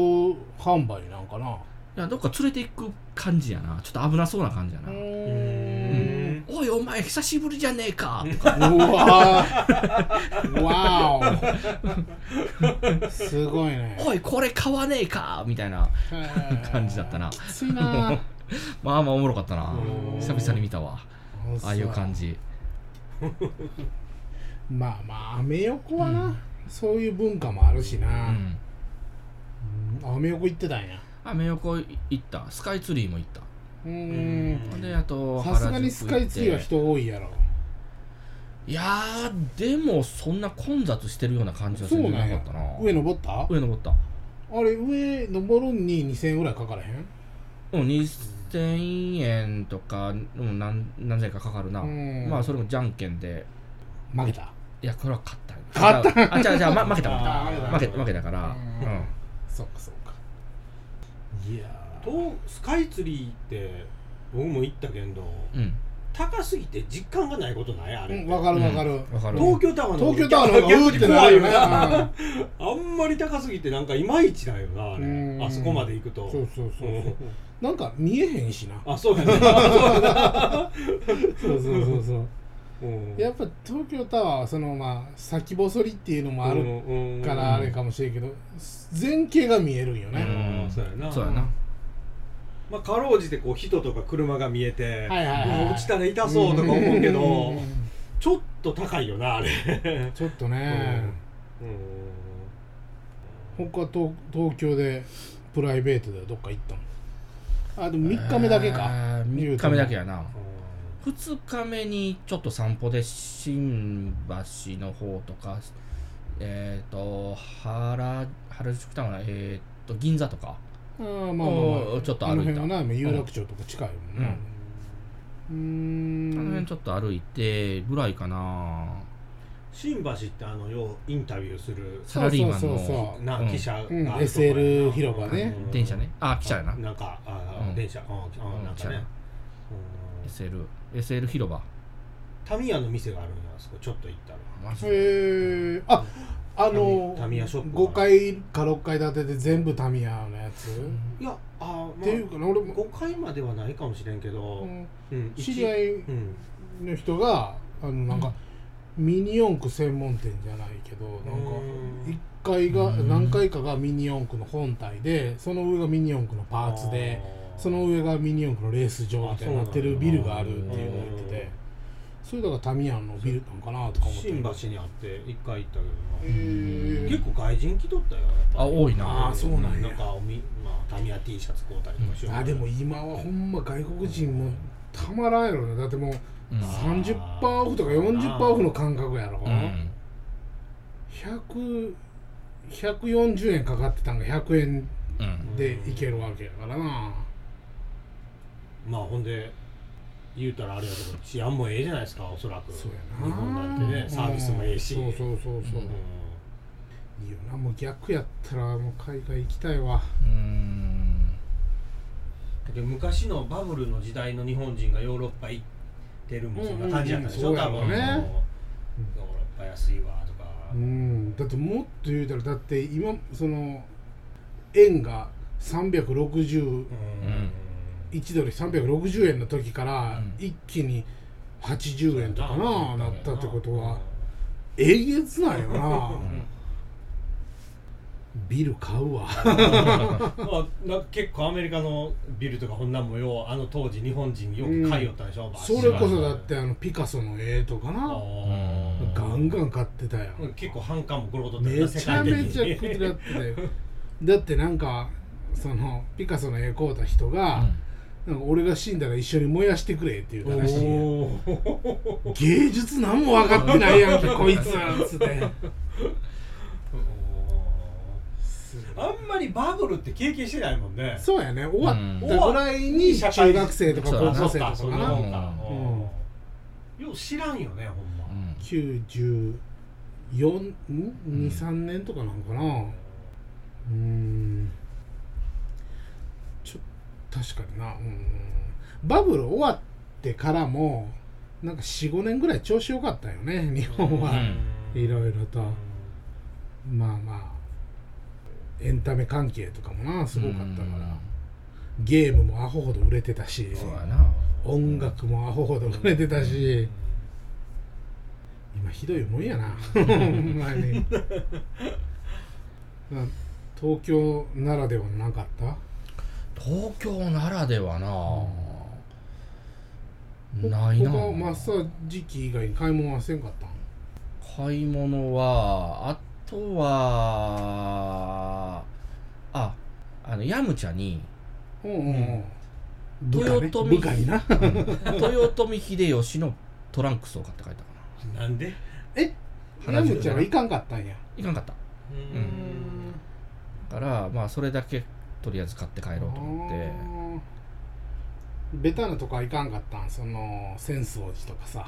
[SPEAKER 2] 販売なんかない
[SPEAKER 3] やどっか連れていく感じやなちょっと危なそうな感じやな、
[SPEAKER 1] ん
[SPEAKER 3] おいお前久しぶりじゃねえかとか
[SPEAKER 2] うわーわおすごいね
[SPEAKER 3] おいこれ買わねえかみたいな <laughs> 感じだったな
[SPEAKER 2] きついな
[SPEAKER 3] <laughs> まあまあおもろかったな
[SPEAKER 1] うん
[SPEAKER 3] 久々に見たわああいう感じ
[SPEAKER 2] まあまあアメ横はな、
[SPEAKER 3] うん
[SPEAKER 2] そういう文化もあるし
[SPEAKER 3] う
[SPEAKER 2] な、
[SPEAKER 3] ん
[SPEAKER 2] アメ横行ってたんや
[SPEAKER 3] アメ横行ったスカイツリーも行った
[SPEAKER 2] うー
[SPEAKER 1] うん
[SPEAKER 2] ん
[SPEAKER 3] であと
[SPEAKER 2] さすがにスカイツリーは
[SPEAKER 3] 原宿行って
[SPEAKER 2] 人多いやろ
[SPEAKER 3] いやーでもそんな混雑してるような感じは全然なかったな
[SPEAKER 2] 上登った
[SPEAKER 3] 上登った
[SPEAKER 2] あれ上登るんに2000円ぐらいかからへん
[SPEAKER 3] うん2000円とか、うん、何何千円かかかるな、
[SPEAKER 2] うん
[SPEAKER 3] まあそれもじゃんけんで
[SPEAKER 2] 負けた
[SPEAKER 3] いやこれは勝った勝ったあじゃあじゃあ、ま、負け
[SPEAKER 2] <laughs>
[SPEAKER 3] た
[SPEAKER 2] あー
[SPEAKER 3] 負けた負け負けたから
[SPEAKER 2] うん
[SPEAKER 3] うん
[SPEAKER 2] そうかそうかいやー
[SPEAKER 1] とスカイツリーって僕も行ったけど
[SPEAKER 3] うん
[SPEAKER 1] 高すぎて実感がないことないあ
[SPEAKER 2] う
[SPEAKER 1] れ、
[SPEAKER 2] んわかるわかる、
[SPEAKER 3] わかる
[SPEAKER 1] 東京タワーの
[SPEAKER 2] 東京タワーの方がうーってなるよね、う
[SPEAKER 1] あんまり高すぎてなんかいまいちだよなあれ
[SPEAKER 2] うん
[SPEAKER 1] あそこまで行くと
[SPEAKER 2] んそうそうそう
[SPEAKER 1] う
[SPEAKER 2] そ
[SPEAKER 1] ん
[SPEAKER 2] うなんか見えへんしな
[SPEAKER 1] あそうやね
[SPEAKER 2] そうそうそうそう
[SPEAKER 1] うん
[SPEAKER 2] やっぱ東京タワーはそのまあ先細りっていうのもある
[SPEAKER 1] る
[SPEAKER 2] からあれかもしれんけど全景が見えるんよ
[SPEAKER 3] う
[SPEAKER 2] ね、
[SPEAKER 3] ん
[SPEAKER 1] うんそうやな
[SPEAKER 3] そうやな
[SPEAKER 1] まあ、かろうじてこう人とか車が見えて、
[SPEAKER 2] はいはいはいう
[SPEAKER 1] わ落ちたら痛そうとか思うけど
[SPEAKER 2] ん
[SPEAKER 1] ちょっと高いよなあれ、
[SPEAKER 2] ちょっとね、
[SPEAKER 1] うん
[SPEAKER 2] 他は東東京でプライベートでどっか行ったのあでも3日目だけか、
[SPEAKER 3] 3日目だけやな2日目にちょっと散歩で新橋の方とかえっ、と原原宿タワーなえっ、と銀座とか
[SPEAKER 2] あーまあまあまあ
[SPEAKER 3] おーちょっと
[SPEAKER 2] あの
[SPEAKER 3] 歩い
[SPEAKER 2] 辺
[SPEAKER 3] た
[SPEAKER 2] はな有楽町とか近いもんな、うー
[SPEAKER 3] あの辺
[SPEAKER 2] ん
[SPEAKER 3] ちょっと歩いてぐらいかな
[SPEAKER 1] 新橋ってあのようインタビューする
[SPEAKER 3] サラリーマンの
[SPEAKER 2] そうそうそう
[SPEAKER 1] な
[SPEAKER 3] うん
[SPEAKER 1] 記者があるとこ
[SPEAKER 2] うん
[SPEAKER 1] やな
[SPEAKER 2] SL 広場ね
[SPEAKER 1] うん
[SPEAKER 3] 電車ねあ記者やな
[SPEAKER 1] なんかあ
[SPEAKER 3] うん
[SPEAKER 1] 電車ああ
[SPEAKER 3] うん
[SPEAKER 1] なん
[SPEAKER 3] 記者
[SPEAKER 1] か
[SPEAKER 3] や
[SPEAKER 1] ね
[SPEAKER 3] な SL, SL 広場
[SPEAKER 1] タミヤの店があるんやあそこちょっと行ったら
[SPEAKER 3] マジで
[SPEAKER 2] へえああの
[SPEAKER 1] タミヤショップかな
[SPEAKER 2] 5階か6階建てで全部タミヤのやつ、
[SPEAKER 1] いやあ
[SPEAKER 2] っていう
[SPEAKER 1] ま
[SPEAKER 2] かな俺
[SPEAKER 1] あ
[SPEAKER 2] も、
[SPEAKER 1] 5階まではないかもしれんけ
[SPEAKER 2] う
[SPEAKER 1] ど
[SPEAKER 2] ん
[SPEAKER 1] うん一
[SPEAKER 2] 知り合い
[SPEAKER 1] うん
[SPEAKER 2] の人があのなんか、ミニ四駆専門店じゃないけどなんか
[SPEAKER 1] うん
[SPEAKER 2] 1階が
[SPEAKER 3] うん
[SPEAKER 2] 何階かがミニ四駆の本体でその上がミニ四駆のパーツで
[SPEAKER 1] あー
[SPEAKER 2] その上がミニ四駆のレース場みたいになってるビルがあるっていうのを言って
[SPEAKER 1] うん
[SPEAKER 2] てそれだからタミヤのビルなのかなとか思って
[SPEAKER 1] 新橋にあって一回行ったけどな
[SPEAKER 2] へー
[SPEAKER 1] 結構外人来とったよやっぱ
[SPEAKER 3] あ多いな
[SPEAKER 2] あーそうなん
[SPEAKER 1] な
[SPEAKER 2] や
[SPEAKER 1] んかおみ、まあ、タミヤ T シャツ買うたりとかしよう
[SPEAKER 2] あでも今はほんま外国人もたまらんやろねだってもう
[SPEAKER 3] うん
[SPEAKER 1] あ
[SPEAKER 2] 30%オフとか40%オフの感覚やろ、
[SPEAKER 3] うん
[SPEAKER 2] 100 140円かかってたんが100円
[SPEAKER 3] うん
[SPEAKER 2] でいけるわけやからな
[SPEAKER 1] まあほんで言うたらあれやけど治安もええじゃないですかおそらく
[SPEAKER 2] そうやな
[SPEAKER 1] 日本だってねサービスもええし
[SPEAKER 2] そうそうそうそう、
[SPEAKER 3] うん
[SPEAKER 2] いいよなもう逆やったらもう海外行きたいわ
[SPEAKER 3] うん
[SPEAKER 1] だけど昔のバブルの時代の日本人がヨーロッパ行ってるもそんな感じやったでしょ、
[SPEAKER 2] うんうんうん
[SPEAKER 1] 多分
[SPEAKER 2] そうやろ
[SPEAKER 1] もうヨー
[SPEAKER 2] うね
[SPEAKER 1] ロッパ安いわとか、
[SPEAKER 2] うんだってもっと言うたらだって今その円が
[SPEAKER 1] う
[SPEAKER 2] 361
[SPEAKER 1] ん
[SPEAKER 2] ドル360円の時から
[SPEAKER 3] うん
[SPEAKER 2] 一気に80円とかな、なったってことは、えげつないよなビル買 <laughs> うわ
[SPEAKER 1] うんまあ、なんか結構アメリカのビルとかこんなんもようあの当時日本人よく買いよったでしょ、う
[SPEAKER 2] それこそだってあのピカソの絵とかな
[SPEAKER 3] うん
[SPEAKER 2] ガンガン買ってたやん
[SPEAKER 1] 結構反感もゴロとったよ
[SPEAKER 2] め
[SPEAKER 1] な世
[SPEAKER 2] ちゃ
[SPEAKER 1] 界的に
[SPEAKER 2] めちゃ食らってたよだってなんかそのピカソの絵買うた人が、なんか俺が死んだら一緒に燃やしてくれっていう話
[SPEAKER 1] おー
[SPEAKER 2] 芸術なんも分かってない
[SPEAKER 1] <laughs>
[SPEAKER 2] やんけこいつっつって
[SPEAKER 1] あんまりバブルって経験してないもんね
[SPEAKER 2] そうやね終わったぐらい
[SPEAKER 1] うん
[SPEAKER 2] に中学生とか
[SPEAKER 3] 終
[SPEAKER 2] 高
[SPEAKER 3] わっ
[SPEAKER 2] 校生と
[SPEAKER 1] そう
[SPEAKER 2] かか
[SPEAKER 1] な
[SPEAKER 2] な
[SPEAKER 1] もんか
[SPEAKER 3] うん
[SPEAKER 1] よう知らんよねほんま
[SPEAKER 3] うん
[SPEAKER 2] 94223年とかなんかなうんちょ確かにな、うん、バブル終わってからもなんか45年ぐらい調子良かったよね日本は、
[SPEAKER 1] うん
[SPEAKER 2] いろいろとまあまあエンタメ関係とかもなすごかったから、ゲームもアホほど売れてたし
[SPEAKER 3] そうやな
[SPEAKER 2] 音楽もアホほど売れてたし今ひどいもんやなほんまにな東京ならではなかった
[SPEAKER 3] 東京ならではな、ないな
[SPEAKER 2] 他マッサージ機以外に買い物はせんかったん
[SPEAKER 3] 買い物はあとはああのヤムチャに
[SPEAKER 2] うんうんうん部下ね
[SPEAKER 3] 豊臣
[SPEAKER 2] 部下に <laughs> な
[SPEAKER 3] 豊臣秀吉のトランクスを買って帰ったかな
[SPEAKER 1] なんで
[SPEAKER 2] ラムちゃんはいかんかったんや
[SPEAKER 3] いかんかった
[SPEAKER 1] うん
[SPEAKER 3] だからまあそれだけとりあえず買って帰ろうと思って
[SPEAKER 2] あーベタなとこはいかんかったんその浅草寺とかさ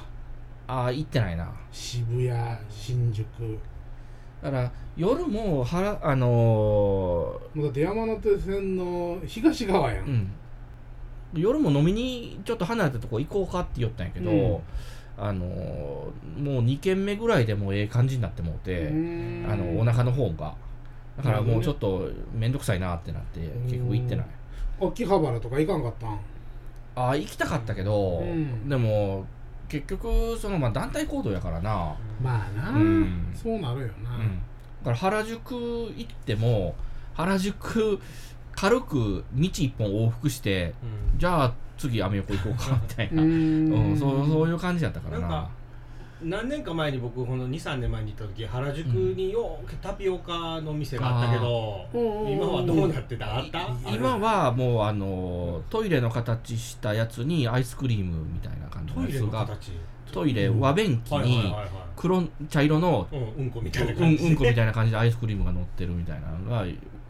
[SPEAKER 3] ああ行ってないな
[SPEAKER 2] 渋谷新宿
[SPEAKER 3] だから夜もはらあの
[SPEAKER 2] もうだって山手線の東側やん、
[SPEAKER 3] ーうん夜も飲みにちょっと離れたとこ行こうかって言ったんやけど、
[SPEAKER 2] うん
[SPEAKER 3] あのーもう2軒目ぐらいでもうええ感じになってもうて、
[SPEAKER 2] うん
[SPEAKER 3] あのお腹の方がだからもうちょっと面倒くさいなってなって
[SPEAKER 2] ん
[SPEAKER 3] 結局行ってない
[SPEAKER 2] 秋葉原とか行かんかったん
[SPEAKER 3] ああ行きたかったけど、
[SPEAKER 2] うん
[SPEAKER 3] でも結局そのまあ団体行動やからな
[SPEAKER 2] まあな、
[SPEAKER 3] うん
[SPEAKER 2] そうなるよな、
[SPEAKER 3] うんだから原宿行っても原宿軽く道一本往復してじゃあ次アメ横行こうかみたいな、うん
[SPEAKER 2] ん
[SPEAKER 3] そうそういう感じやったから
[SPEAKER 1] な
[SPEAKER 3] な
[SPEAKER 1] んか何年か前に僕この23年前に行った時原宿にようタピオカの店があったけど
[SPEAKER 2] うん
[SPEAKER 1] 今はどうなってたあった
[SPEAKER 3] い今はもうあのトイレの形したやつにアイスクリームみたいな感じ
[SPEAKER 1] ト
[SPEAKER 3] の
[SPEAKER 1] イ
[SPEAKER 3] や
[SPEAKER 1] レ
[SPEAKER 3] つ
[SPEAKER 1] の
[SPEAKER 3] が
[SPEAKER 1] 形
[SPEAKER 3] トイレ和便器
[SPEAKER 1] はいはい
[SPEAKER 3] に
[SPEAKER 1] はいは
[SPEAKER 3] 黒茶色の
[SPEAKER 1] いうんうんこみ
[SPEAKER 3] う
[SPEAKER 1] たいなん感じ
[SPEAKER 3] うんこみたいな感じでアイスクリームが乗ってるみたいなのが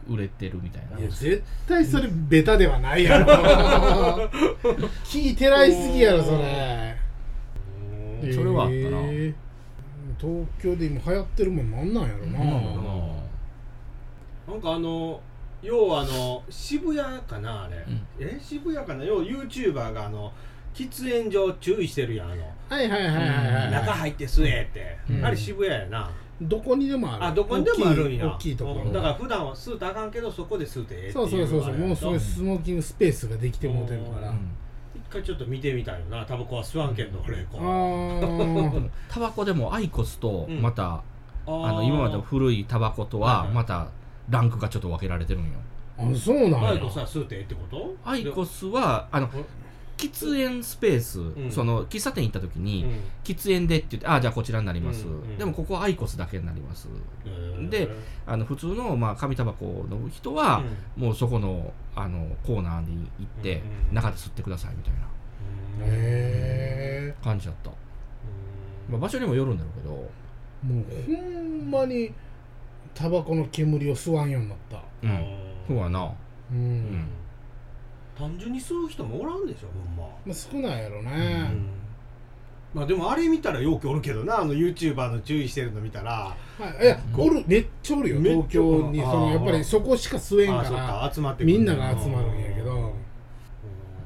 [SPEAKER 3] 売れてるみたいない
[SPEAKER 2] や絶対それベタではないやろ
[SPEAKER 3] <laughs>
[SPEAKER 2] 聞いてないすぎやろそれ
[SPEAKER 1] うん
[SPEAKER 3] それはあったな
[SPEAKER 2] へー東京で今流行ってるもんなんなんやろな、
[SPEAKER 3] うん
[SPEAKER 1] なんかあの要はあの渋谷かなあれ、
[SPEAKER 3] ん
[SPEAKER 1] え渋谷かな要は YouTuber があの喫煙所注意してるやんあの
[SPEAKER 2] はいはいはいはいはい、
[SPEAKER 3] うん
[SPEAKER 1] 中入って吸えって、
[SPEAKER 3] うん
[SPEAKER 1] あれ渋谷やな、
[SPEAKER 2] どこにでもある
[SPEAKER 1] あどこにでもあるんや
[SPEAKER 2] 大きい大きいとこ
[SPEAKER 1] うんだ
[SPEAKER 2] ろ
[SPEAKER 1] から普段は吸うたらあかんけどそこで吸うてええってい
[SPEAKER 2] そうそうそうそうもうすご
[SPEAKER 1] あれ
[SPEAKER 2] い
[SPEAKER 1] や
[SPEAKER 2] スモーキングスペースができてもうてるから、
[SPEAKER 1] うん一回ちょっと見てみたいよなタバコは吸わんけんの俺こう
[SPEAKER 2] ああ
[SPEAKER 3] タバコでもアイコスと
[SPEAKER 1] うん
[SPEAKER 3] また、
[SPEAKER 1] ー
[SPEAKER 3] あの今までの古いタバコと
[SPEAKER 1] はい
[SPEAKER 3] は
[SPEAKER 1] はい
[SPEAKER 3] またランクがちょっと分けられてるんよ
[SPEAKER 2] あそうな
[SPEAKER 1] ア
[SPEAKER 2] ん
[SPEAKER 1] イ
[SPEAKER 2] や
[SPEAKER 1] コスは吸うてええってこと
[SPEAKER 3] アイコスはあの喫煙スペース、
[SPEAKER 1] ん
[SPEAKER 3] その喫茶店行った時
[SPEAKER 1] う
[SPEAKER 3] に、
[SPEAKER 1] ん
[SPEAKER 3] 喫煙でって言ってああじゃあこちらになります、
[SPEAKER 1] うんうん
[SPEAKER 3] でもここはアイコスだけになりますであの普通の、まあ、紙タバコを飲む人は、もうそこのあのコーナーに行って、
[SPEAKER 1] うんうん
[SPEAKER 3] 中で吸ってくださいみたいな
[SPEAKER 2] へえ
[SPEAKER 3] 感じだった、まあ、場所にもよるんだろうけど、
[SPEAKER 2] もうほんまにタバコの煙を吸わんようになった
[SPEAKER 3] うんそうやな
[SPEAKER 2] うん、
[SPEAKER 3] ん
[SPEAKER 1] 単純に吸う人もおらんでしょほんま
[SPEAKER 2] まあ、少ないやろ
[SPEAKER 1] う
[SPEAKER 2] ね、
[SPEAKER 1] んまあでもあれ見たらよくおるけどなあの YouTuber の注意してるの見たら
[SPEAKER 2] はい、いやおるめっちゃおるよ
[SPEAKER 1] めっちゃ
[SPEAKER 2] 東京に
[SPEAKER 1] あー
[SPEAKER 2] そのやっぱりそこしか吸えん
[SPEAKER 1] あ
[SPEAKER 2] か
[SPEAKER 1] ーそう
[SPEAKER 2] ら
[SPEAKER 1] か集まってく
[SPEAKER 2] みんなが集まるんやけ
[SPEAKER 1] うん
[SPEAKER 2] ど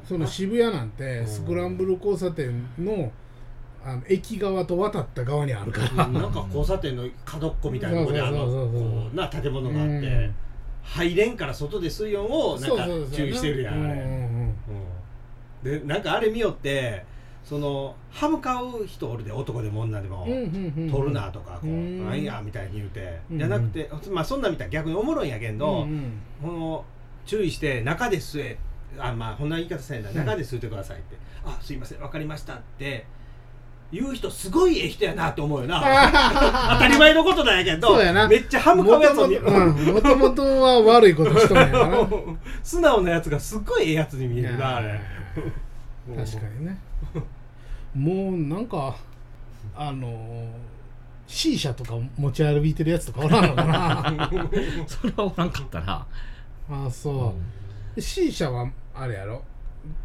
[SPEAKER 2] その渋谷なんてスクランブル交差点のあの駅側と渡った側にあるから
[SPEAKER 1] うんなんか交差点の角っこみたいなとこであの
[SPEAKER 2] そうそうそうそうそう
[SPEAKER 1] こうな建物があっ
[SPEAKER 2] う
[SPEAKER 1] て
[SPEAKER 2] ん
[SPEAKER 1] 入れんから外で水温をなんか注意してるやんあれうんでなんかあれ見よってその歯向かう人おるで男でも女でも、取るなとかこう、
[SPEAKER 2] うん
[SPEAKER 1] なんやみたいに言うて、
[SPEAKER 2] うん
[SPEAKER 1] じゃなくてまあそんなん見たら逆におもろいんやけんど、この注意して中で吸えあまあこんな言い方せんな中で吸ってくださいって、あすいませんわかりましたって言う人すごいええ人やなと思うよな当たり前のことなんやけど
[SPEAKER 2] そうやな
[SPEAKER 1] めっちゃ歯向かうやつを見る
[SPEAKER 2] もともとは悪いことしとんやから
[SPEAKER 1] 素直なやつがすっ <laughs> ごいええやつに見えるなあれ
[SPEAKER 2] 確かにねもうなんかあの C 社とか持ち歩いてるやつとかおらんのか
[SPEAKER 1] <laughs>
[SPEAKER 2] な
[SPEAKER 3] それはおらんかったな
[SPEAKER 2] ああそう、C 社はあれやろ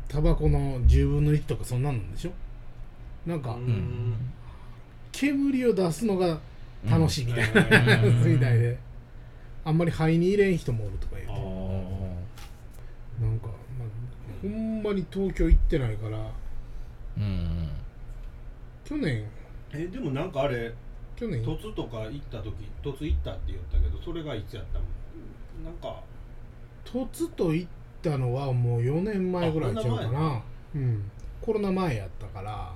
[SPEAKER 2] タバコの10分の1とかそんなんなんでしょなんか
[SPEAKER 1] うん
[SPEAKER 2] 煙を出すのが楽しいみたいな、
[SPEAKER 3] うん
[SPEAKER 2] みたいであんまり肺に入れん人もおるとか言う
[SPEAKER 1] あ
[SPEAKER 2] て
[SPEAKER 1] ー
[SPEAKER 2] なんか、まあ、ほんまに東京行ってないから
[SPEAKER 3] うんうん
[SPEAKER 2] 去年
[SPEAKER 1] <laughs> えでもなんかあれ
[SPEAKER 2] 去年
[SPEAKER 1] 凸とか行った時凸行ったって言ったけどそれがいつやったもんなんか
[SPEAKER 2] 突と行ったのはもう4年前ぐらいちゃう
[SPEAKER 1] あコ
[SPEAKER 2] か
[SPEAKER 1] ロナ
[SPEAKER 2] なうんコロナ前やったから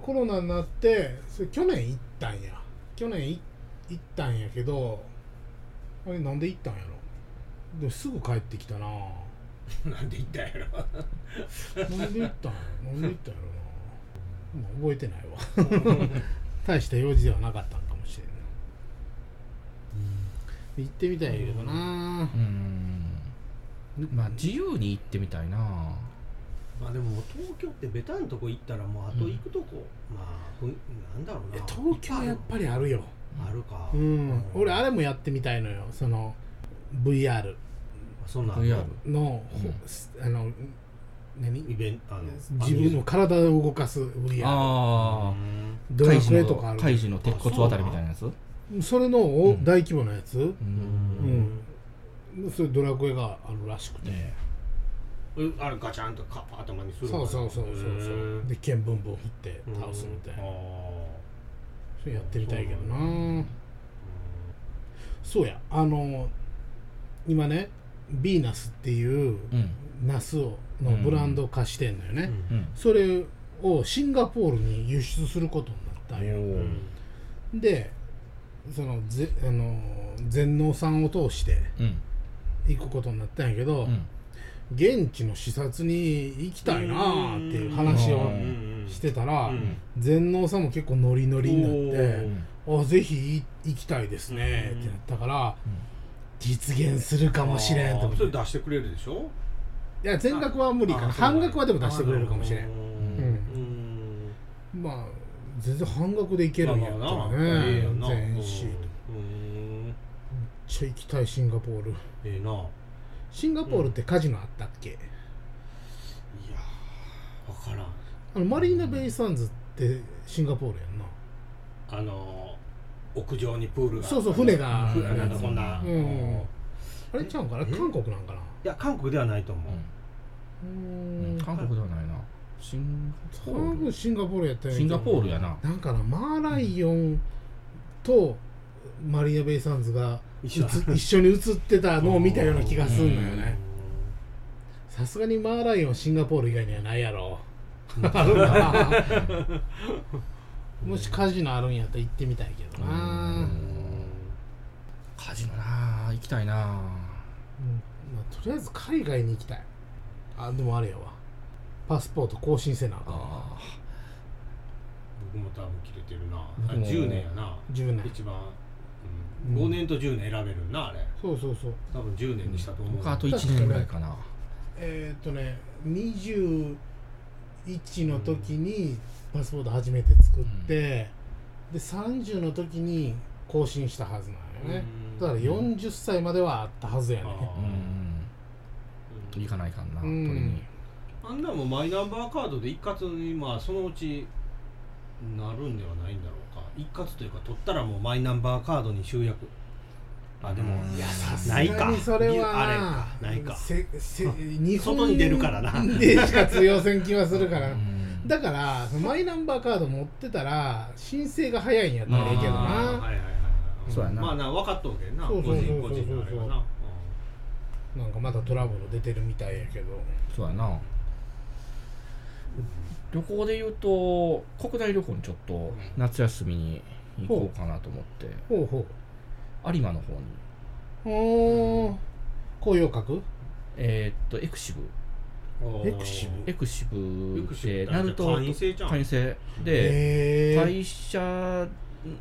[SPEAKER 2] コロナになってそれ去年行ったんや去年い行ったんやけどあれなんで行ったんやろでもすぐ帰ってきたな
[SPEAKER 1] なんで行ったんやろ
[SPEAKER 2] なんで行ったんやろなんで行ったんやろなもう覚えてないわ大した用事ではなかったんかもしれんない行ってみたいけどな
[SPEAKER 3] うんまあ自由に行ってみたいな
[SPEAKER 1] まあでも東京ってベタなとこ行ったらもうあと行くとこ、まあふなんだろう
[SPEAKER 2] え
[SPEAKER 1] な
[SPEAKER 2] 東京やっぱりあるよ
[SPEAKER 1] あるか
[SPEAKER 2] うん、俺あ
[SPEAKER 1] れ
[SPEAKER 2] れもやってみたいのよその VR
[SPEAKER 1] そんなん
[SPEAKER 3] VR
[SPEAKER 2] の,ほ、
[SPEAKER 3] うん
[SPEAKER 2] すあの
[SPEAKER 1] イ
[SPEAKER 2] 何
[SPEAKER 1] ベントあの
[SPEAKER 2] 自分の体を動かす VR
[SPEAKER 3] あ
[SPEAKER 2] ド
[SPEAKER 3] カ
[SPEAKER 2] ラ
[SPEAKER 3] イジ
[SPEAKER 2] クエとかあ
[SPEAKER 3] の
[SPEAKER 2] る
[SPEAKER 3] カイジの鉄骨渡りみたいなやつう
[SPEAKER 2] それのお
[SPEAKER 3] うん
[SPEAKER 2] 大規模なやつ、
[SPEAKER 1] うん
[SPEAKER 3] ん
[SPEAKER 2] それドラクエがあるらしくて、
[SPEAKER 3] ね
[SPEAKER 1] うんあれガチャンとカッ頭にする
[SPEAKER 2] そうそうそうそうそう、
[SPEAKER 1] うん
[SPEAKER 2] で剣ブンブン振って倒すみたいな、
[SPEAKER 1] うんあ
[SPEAKER 2] それやってみたいけどな
[SPEAKER 1] そう
[SPEAKER 2] そうやあの今ねヴィーナスっていう
[SPEAKER 3] うん
[SPEAKER 2] ナスをのブランドを貸してんのよね、
[SPEAKER 1] ーうん
[SPEAKER 3] うん
[SPEAKER 2] それをシンガポールに輸出することになったんよ、
[SPEAKER 1] うん
[SPEAKER 2] でそのぜあの全農さんを通して
[SPEAKER 3] うん
[SPEAKER 2] 行くことになったんやけど、
[SPEAKER 3] うん
[SPEAKER 2] 現地の視察に行きたいなあっていう話
[SPEAKER 1] う
[SPEAKER 2] を
[SPEAKER 1] ん
[SPEAKER 2] してたら、
[SPEAKER 1] うん
[SPEAKER 2] 全農さんも結構ノリノリにな
[SPEAKER 1] お
[SPEAKER 2] って「あぜひ行きたいですね」ってなったから、
[SPEAKER 3] うん
[SPEAKER 2] 実現するかもしれんと思
[SPEAKER 1] あー
[SPEAKER 2] っ
[SPEAKER 1] そ
[SPEAKER 2] て
[SPEAKER 1] れ出してくれるでしょ
[SPEAKER 2] いや全額は無理かな
[SPEAKER 1] あそうなん
[SPEAKER 2] 半
[SPEAKER 1] や
[SPEAKER 2] 額はでも出してくれるかもしれ
[SPEAKER 1] うんんうん
[SPEAKER 2] まあ全然半額でいけるんやったら
[SPEAKER 1] まあまあなええ
[SPEAKER 2] ね
[SPEAKER 1] やんな
[SPEAKER 2] 全シート
[SPEAKER 1] うんうん
[SPEAKER 2] めっちゃ行きたいシンガポール
[SPEAKER 1] ええないや
[SPEAKER 2] シンガポールってカジノあったっけ、
[SPEAKER 1] ーわからん
[SPEAKER 2] あのマリーナ・ベイ・サンズってシンガポールやんな
[SPEAKER 1] あの屋上にプールが
[SPEAKER 2] そうそう船が
[SPEAKER 1] ふなんかこんな、
[SPEAKER 3] うん
[SPEAKER 2] あれちゃうんかな
[SPEAKER 1] え
[SPEAKER 2] 韓国なんかない
[SPEAKER 1] や韓国ではないと思う、
[SPEAKER 2] うー
[SPEAKER 3] うん
[SPEAKER 2] ん
[SPEAKER 3] 韓国ではないなシンガポ
[SPEAKER 2] 韓
[SPEAKER 3] ー
[SPEAKER 2] 国シンガポールやった
[SPEAKER 3] ル
[SPEAKER 2] よ
[SPEAKER 3] シンガポールやな
[SPEAKER 2] なんかなマーライオンとマリア・ベイ・サンズが
[SPEAKER 1] 一緒だ
[SPEAKER 2] うつ一緒に映って
[SPEAKER 3] <laughs>
[SPEAKER 2] たのを見たような気がすんのよね
[SPEAKER 1] う
[SPEAKER 2] さすがにマーライオンシンガポール以外にはないやろ <laughs> あるかなもしカジノあるんやったら行ってみたいけどな
[SPEAKER 3] う
[SPEAKER 2] うんん
[SPEAKER 3] カジノな行きたいな
[SPEAKER 2] まあ、とりあえず海外に行きたいあでもあれやわパスポート更新せなあかんわ
[SPEAKER 3] あー
[SPEAKER 1] 僕も多分切れてるなあ
[SPEAKER 3] 僕も
[SPEAKER 1] 10年やな
[SPEAKER 2] 10年
[SPEAKER 1] 一番、う、
[SPEAKER 2] うんん
[SPEAKER 1] 5年と10年選べるなあれ
[SPEAKER 2] そうそうそう
[SPEAKER 1] 多分10年にしたと思う、
[SPEAKER 3] 僕あと1年ぐらいかな
[SPEAKER 2] えーっとね21の時にパスポート初めて作って、で30の時に更新したはずなんよね、
[SPEAKER 1] うん
[SPEAKER 2] だから40歳まではあったはずやね
[SPEAKER 1] あ
[SPEAKER 3] うん
[SPEAKER 1] う
[SPEAKER 3] 行
[SPEAKER 1] ん
[SPEAKER 3] かないかんな
[SPEAKER 2] う
[SPEAKER 3] 取り
[SPEAKER 2] ん
[SPEAKER 3] に
[SPEAKER 1] あんなもんマイナンバーカードで一括にまあそのうちなるんではないんだろうか一括というか取ったらもうマイナンバーカードに集約あでも
[SPEAKER 3] うん
[SPEAKER 1] いや
[SPEAKER 2] さす
[SPEAKER 1] な
[SPEAKER 2] が
[SPEAKER 1] いか
[SPEAKER 2] にそれは
[SPEAKER 1] あれかないか
[SPEAKER 2] せせ日本
[SPEAKER 1] 外に出るからな
[SPEAKER 2] でしか通用せん気はするか
[SPEAKER 3] う
[SPEAKER 2] ら
[SPEAKER 3] ん
[SPEAKER 2] だからそのマイナンバーカード持ってたら申請が早いんやったらええ
[SPEAKER 1] あ
[SPEAKER 2] けど
[SPEAKER 1] ー
[SPEAKER 2] な
[SPEAKER 1] はいはいはいはい
[SPEAKER 3] そうやな
[SPEAKER 1] まあな分かっとうけんな
[SPEAKER 2] そ
[SPEAKER 1] 個
[SPEAKER 2] うそうそうそう
[SPEAKER 1] 人個人のあれはな
[SPEAKER 2] なんかまたトラブル出てるみたいやけど
[SPEAKER 3] そうやな旅行で言うと国内旅行にちょっと夏休みに行こうかなと思って
[SPEAKER 2] ほうほう
[SPEAKER 3] 有馬の方に
[SPEAKER 2] おー紅葉閣
[SPEAKER 3] えーっとエクシブ
[SPEAKER 1] うん
[SPEAKER 2] エクシブ
[SPEAKER 3] エクシブ
[SPEAKER 1] エクシブ
[SPEAKER 3] で
[SPEAKER 1] ってあれ
[SPEAKER 3] 鳴門
[SPEAKER 1] 会員制じゃん
[SPEAKER 3] 会員制で
[SPEAKER 2] へえ
[SPEAKER 3] 会社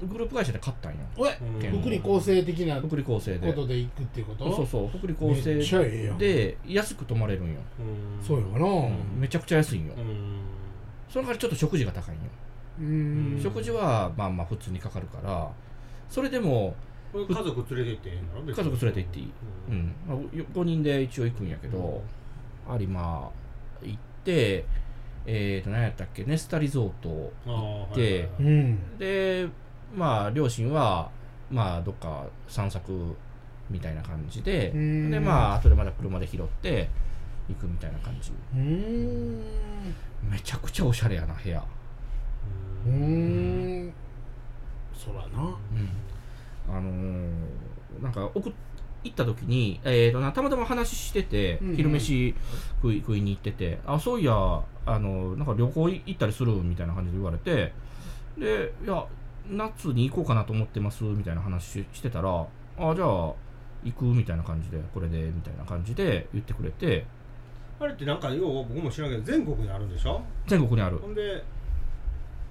[SPEAKER 3] グループ会社で買ったんよ
[SPEAKER 2] おい
[SPEAKER 1] うん
[SPEAKER 3] 県
[SPEAKER 2] 福利厚生的なこ
[SPEAKER 3] 福利厚生で
[SPEAKER 2] とで行くっていうこと
[SPEAKER 3] そうそうそう福利厚
[SPEAKER 2] めっちゃ
[SPEAKER 3] 生
[SPEAKER 2] ええやん
[SPEAKER 3] で安く泊まれるんよ
[SPEAKER 1] うん
[SPEAKER 2] そうやわな
[SPEAKER 3] うんめちゃくちゃ安いんよ
[SPEAKER 1] うん
[SPEAKER 3] その代わりちょっと食事が高いんよ
[SPEAKER 2] うん
[SPEAKER 1] うん
[SPEAKER 3] 食事はまあまあ普通にかかるからそれでも
[SPEAKER 1] これ家族連れて行ってええんだろ別に
[SPEAKER 3] 家族連れて行っていいうんまあ、5人で一応行くんやけど、有馬行って、えー、と何やったっけネスタリゾート
[SPEAKER 1] あーはいはい
[SPEAKER 3] で
[SPEAKER 1] はい
[SPEAKER 2] うん
[SPEAKER 3] でまあ両親はまあどっか散策みたいな感じで、
[SPEAKER 2] うん
[SPEAKER 3] でまあ後でまた車で拾って行くみたいな感じ
[SPEAKER 2] うーん
[SPEAKER 3] めちゃくちゃおしゃれやな部屋、
[SPEAKER 2] うー
[SPEAKER 1] うん
[SPEAKER 2] んそらな
[SPEAKER 3] あのーなんか送っ行った時に、えー、となたまたま話してて、
[SPEAKER 2] うんうん
[SPEAKER 3] 昼飯食い食いに行っててあそういやあのなんか旅行行ったりするみたいな感じで言われてでいや夏に行こうかなと思ってますみたいな話ししてたらあじゃあ行くみたいな感じでこれでみたいな感じで言ってくれて
[SPEAKER 1] あれってなんかよう僕も知らんけど全国にあるんでしょ
[SPEAKER 3] 全国にある
[SPEAKER 1] ほんで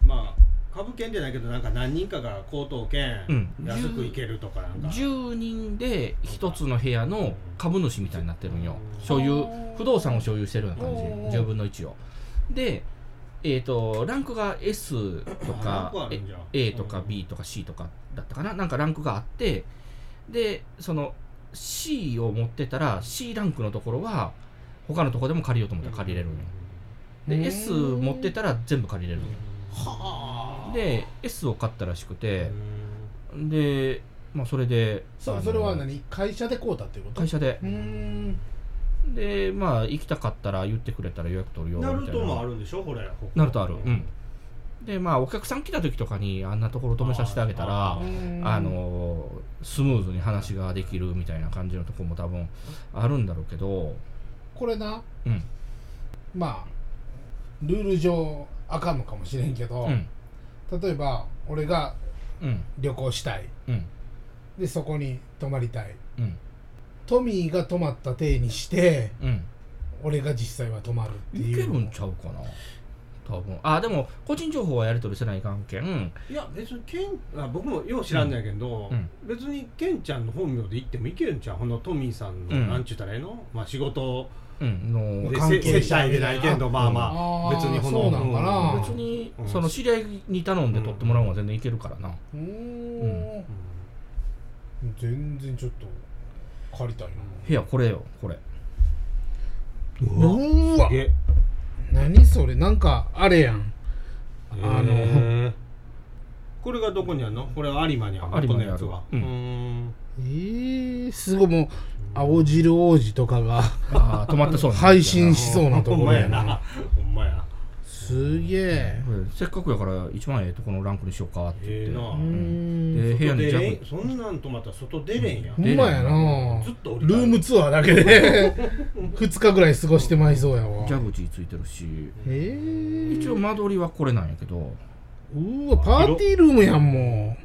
[SPEAKER 1] まあ株券じゃないけどなんか何人かが高等券、
[SPEAKER 3] うん
[SPEAKER 1] 安く行けるとかなんか
[SPEAKER 3] 10人で1つの部屋の株主みたいになってるんよ
[SPEAKER 1] うん
[SPEAKER 3] 所有
[SPEAKER 2] うん
[SPEAKER 3] 不動産を所有してるような感じ
[SPEAKER 2] うん
[SPEAKER 3] 10分の1をでえっ、とランクが S と
[SPEAKER 1] あ
[SPEAKER 3] か
[SPEAKER 1] 何個あるんじゃ
[SPEAKER 3] A A とか
[SPEAKER 1] うん
[SPEAKER 3] B とか C とかだったかななんかランクがあってでその C を持ってたら C ランクのところは他のとこでも借りようと思ったら借りれるんよ
[SPEAKER 2] うん
[SPEAKER 3] で S 持ってたら全部借りれるんよ
[SPEAKER 2] はあ
[SPEAKER 3] で S を買ったらしく
[SPEAKER 1] う
[SPEAKER 3] て
[SPEAKER 1] ん
[SPEAKER 3] でまあそれであ
[SPEAKER 2] そ
[SPEAKER 3] の
[SPEAKER 2] それは何会社でこうたっていうこと
[SPEAKER 3] 会社で
[SPEAKER 2] うーん
[SPEAKER 3] でまあ行きたかったら言ってくれたら予約取るよみた
[SPEAKER 1] ナ
[SPEAKER 3] いな
[SPEAKER 1] ルトもあるんでしょこれ
[SPEAKER 3] ナルトあるうんでまあお客さん来た時とかにあんなところ止めさせてあげたら
[SPEAKER 1] あ
[SPEAKER 2] う
[SPEAKER 1] ー
[SPEAKER 2] ーん
[SPEAKER 3] あのスムーズに話ができるみたいな感じのとこも多分あるんだろうけど
[SPEAKER 2] これな
[SPEAKER 3] うん
[SPEAKER 2] まあルール上あかんのかもしれんけど、
[SPEAKER 3] うん
[SPEAKER 2] 例えば俺が
[SPEAKER 3] うん
[SPEAKER 2] 旅行したい
[SPEAKER 3] うん
[SPEAKER 2] でそこに泊まりたい
[SPEAKER 3] うん
[SPEAKER 2] トミーが泊まった体にして
[SPEAKER 3] うん
[SPEAKER 2] 俺が実際は泊まるって
[SPEAKER 3] い
[SPEAKER 2] いう
[SPEAKER 3] けるんちゃうかな多分あでも個人情報はやり取りせない関係ん
[SPEAKER 1] いや別にケンあ僕もよう知らんのやけど、
[SPEAKER 3] うん
[SPEAKER 1] 別にケンちゃんの本名で行ってもいけるんちゃうこのトミーさんの、
[SPEAKER 3] うん
[SPEAKER 1] なんちゅうたらええの、まあ、仕事
[SPEAKER 3] うんの
[SPEAKER 1] で
[SPEAKER 2] 関係
[SPEAKER 1] 接
[SPEAKER 2] 者
[SPEAKER 1] 待でないけんどまあまあ
[SPEAKER 2] うん
[SPEAKER 1] 別にこ
[SPEAKER 2] そうなんかな
[SPEAKER 1] うん
[SPEAKER 3] 別に
[SPEAKER 1] うん
[SPEAKER 3] その知り合いに頼んで取ってもらうのは全然いけるからな
[SPEAKER 2] うーん全然ちょっと借りたいな
[SPEAKER 3] 部屋これよこれ
[SPEAKER 1] うんうわ
[SPEAKER 2] うわ
[SPEAKER 1] すげえ
[SPEAKER 2] 何それなんかあれやんあの
[SPEAKER 1] へえこれがどこにあるのこれは有馬にある
[SPEAKER 3] 有馬にあ
[SPEAKER 1] このや
[SPEAKER 3] る
[SPEAKER 1] つは
[SPEAKER 3] う
[SPEAKER 1] うんーん
[SPEAKER 2] えー、すごいもう青汁王子とか
[SPEAKER 1] <laughs>
[SPEAKER 2] が
[SPEAKER 3] ああ止まってそうなんですよ
[SPEAKER 2] 配信しそうなと
[SPEAKER 1] ほ
[SPEAKER 2] こ
[SPEAKER 1] ん
[SPEAKER 2] ろ
[SPEAKER 1] ま
[SPEAKER 2] や
[SPEAKER 1] や
[SPEAKER 2] な
[SPEAKER 1] なほんまや
[SPEAKER 2] すげえ
[SPEAKER 3] これせっかくやから一番ええとこのランクにしようかって言っ
[SPEAKER 1] え
[SPEAKER 3] て、
[SPEAKER 1] えな
[SPEAKER 2] う
[SPEAKER 1] う
[SPEAKER 2] ーん
[SPEAKER 3] で部屋
[SPEAKER 1] 外
[SPEAKER 3] に
[SPEAKER 1] 出れ
[SPEAKER 3] ジャ
[SPEAKER 1] んそんなんとまた外出れんや
[SPEAKER 2] ほんまやな
[SPEAKER 1] ずっと降り
[SPEAKER 2] ル
[SPEAKER 1] たい
[SPEAKER 2] ームツアーだけで <laughs> 2日ぐらい過ごしてまいそうやわ
[SPEAKER 3] グ蛇口ついてるし
[SPEAKER 2] えー、
[SPEAKER 3] 一応間取りはこれなんやけど
[SPEAKER 2] うわパーティールームやんもう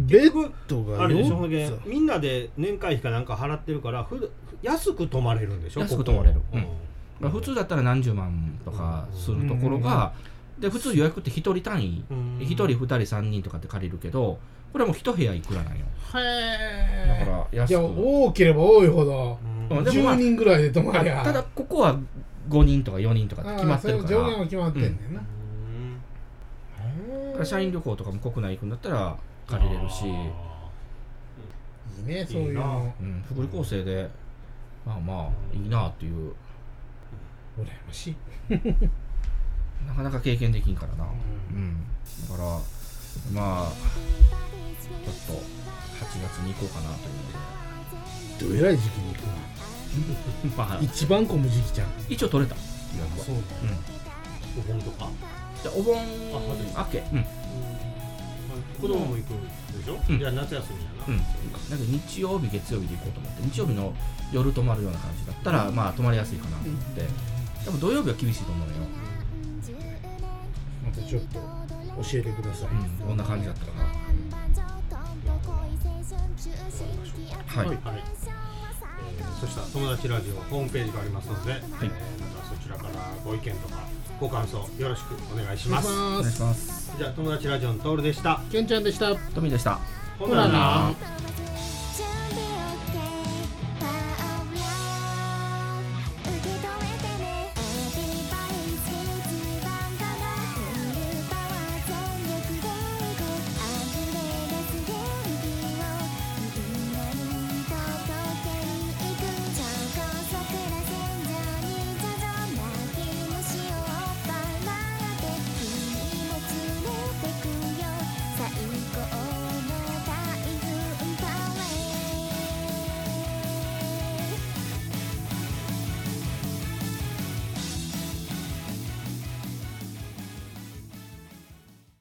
[SPEAKER 2] ベ
[SPEAKER 1] 結
[SPEAKER 2] ッ
[SPEAKER 1] 局
[SPEAKER 2] ドが
[SPEAKER 1] あれでしょほん
[SPEAKER 2] 4
[SPEAKER 1] で
[SPEAKER 2] つ
[SPEAKER 1] みんなで年会費かなんか払ってるからふだ安く泊まれるんでしょ
[SPEAKER 3] 安く
[SPEAKER 1] ここ
[SPEAKER 3] 泊まれる
[SPEAKER 1] うん
[SPEAKER 3] まあ普通だったら何十万とかするところが、で普通予約って1人単位
[SPEAKER 1] うん
[SPEAKER 3] 1人2人3人とかって借りるけどこれはもう1部屋いくらなんよだ
[SPEAKER 2] へ
[SPEAKER 3] から
[SPEAKER 2] え
[SPEAKER 3] 安
[SPEAKER 2] いや
[SPEAKER 3] く
[SPEAKER 2] 多ければ多いほど
[SPEAKER 1] うん
[SPEAKER 3] うんでもまあ
[SPEAKER 2] 10人ぐらいで泊ま
[SPEAKER 3] た
[SPEAKER 2] りゃ
[SPEAKER 3] ただここは5人とか4人とかって決まってる
[SPEAKER 2] あ
[SPEAKER 3] か
[SPEAKER 2] あそれ上限は
[SPEAKER 3] ら
[SPEAKER 2] 決まってんねんな、
[SPEAKER 1] うん
[SPEAKER 2] へえ
[SPEAKER 3] 社員旅行とかも国内行くんだったら借りれるし、
[SPEAKER 1] あ
[SPEAKER 2] いいねそういう
[SPEAKER 1] いい
[SPEAKER 2] の
[SPEAKER 3] うん、福利厚生でまあまあいいなっていう
[SPEAKER 2] 羨ましい
[SPEAKER 3] なかなか経験できんからな、
[SPEAKER 1] ー
[SPEAKER 3] うん、だからまあちょっと8月に行こうかなというので。
[SPEAKER 2] どえらい時期に行く
[SPEAKER 3] <laughs> まあ
[SPEAKER 2] な、一番混む時期じゃん
[SPEAKER 3] 一応取れた。う
[SPEAKER 2] うだ
[SPEAKER 1] お
[SPEAKER 3] ん。
[SPEAKER 1] 盆とか
[SPEAKER 3] じゃあお盆
[SPEAKER 1] あ外れ
[SPEAKER 3] 明け。うん。
[SPEAKER 1] 子供も行くんでしょ、
[SPEAKER 3] うん
[SPEAKER 1] じゃあ夏休みやな、
[SPEAKER 3] うん。なんか日曜日、月曜日で行こうと思って、日曜日の夜泊まるような感じだったら、まあ泊まりやすいかなと思って、多分土曜日は厳しいと思うよ。
[SPEAKER 2] またちょっと教えてください、
[SPEAKER 3] うん。こんな感じだったかな。はい。
[SPEAKER 1] はい、えーそしたら友達ラジオホームページがありますので、えーまたそちらからご意見とかご感想よろしくお願いし
[SPEAKER 2] お
[SPEAKER 1] ま
[SPEAKER 2] 願い
[SPEAKER 1] す
[SPEAKER 2] し
[SPEAKER 3] お
[SPEAKER 2] ま
[SPEAKER 3] 願いし
[SPEAKER 2] す
[SPEAKER 3] ます。
[SPEAKER 1] じゃあ友達ラジオのトールでした
[SPEAKER 2] けんちゃんでした
[SPEAKER 3] トミーでした。
[SPEAKER 1] ほ
[SPEAKER 2] ほらな
[SPEAKER 3] な
[SPEAKER 4] 「